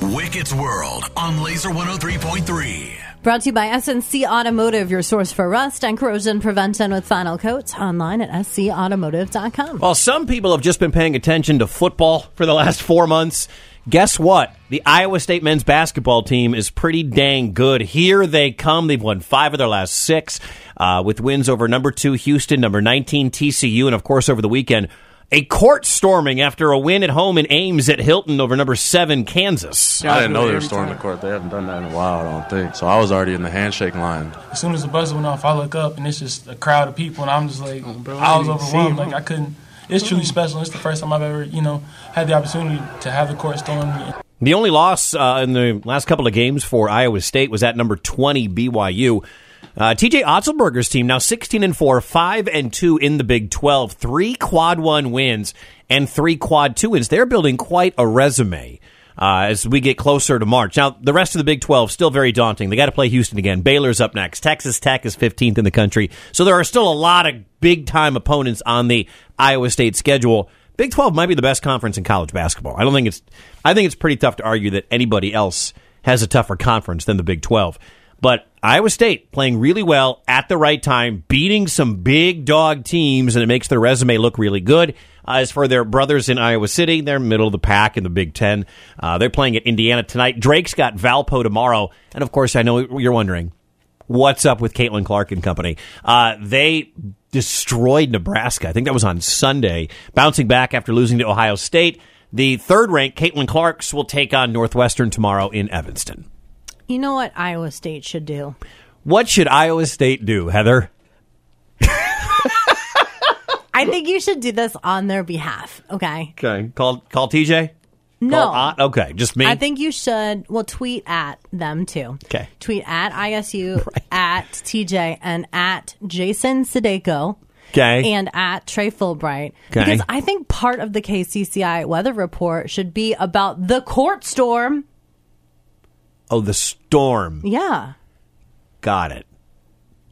Beckett's World on Laser 103.3. Brought to you by SNC Automotive, your source for rust and corrosion prevention with final coats online at scautomotive.com. Well, some people have just been paying attention to football for the last four months. Guess what? The Iowa State men's basketball team is pretty dang good. Here they come. They've won five of their last six uh, with wins over number two Houston, number 19 TCU, and of course over the weekend, a court storming after a win at home in Ames at Hilton over number seven Kansas. I didn't know they were storming the court. They haven't done that in a while, I don't think. So I was already in the handshake line. As soon as the buzzer went off, I look up and it's just a crowd of people, and I'm just like, I was overwhelmed. Like I couldn't. It's truly special. It's the first time I've ever, you know, had the opportunity to have the court stormed. The only loss uh, in the last couple of games for Iowa State was at number 20 BYU. Uh, TJ Otzelberger's team now 16 and 4, 5 and 2 in the Big 12, 3 quad 1 wins and 3 quad 2 wins. They're building quite a resume. Uh, as we get closer to March. Now, the rest of the Big 12 still very daunting. They got to play Houston again. Baylor's up next. Texas Tech is 15th in the country. So there are still a lot of big time opponents on the Iowa State schedule. Big 12 might be the best conference in college basketball. I don't think it's I think it's pretty tough to argue that anybody else has a tougher conference than the Big 12. But Iowa State playing really well at the right time, beating some big dog teams, and it makes their resume look really good. Uh, as for their brothers in Iowa City, they're middle of the pack in the Big Ten. Uh, they're playing at Indiana tonight. Drake's got Valpo tomorrow. And of course, I know you're wondering what's up with Caitlin Clark and company. Uh, they destroyed Nebraska. I think that was on Sunday, bouncing back after losing to Ohio State. The third ranked Caitlin Clarks will take on Northwestern tomorrow in Evanston. You know what Iowa State should do? What should Iowa State do, Heather? I think you should do this on their behalf, okay? Okay, call call TJ. No. Call Ott? Okay, just me. I think you should, well, tweet at them too. 'Kay. Tweet at ISU, at TJ, and at Jason Sudeiko. 'Kay. And at Trey Fulbright. 'Kay. Because I think part of the KCCI weather report should be about the court storm. oh, the storm. Yeah. Got it.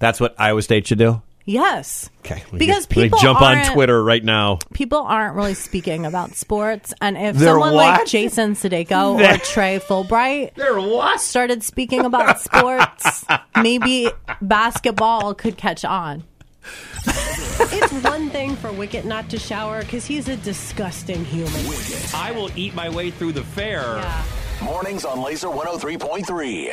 That's what Iowa State should do. Yes. Okay, Because let me people jump on aren't- Twitter right now. people aren't really speaking about sports. And if They're someone what? like Jason Sudeiko or Trey Fulbright started speaking about sports, maybe basketball could catch on. It's one thing for Wicket not to shower because he's a disgusting human. I will eat my way through the fair. Mornings on Laser 103.3.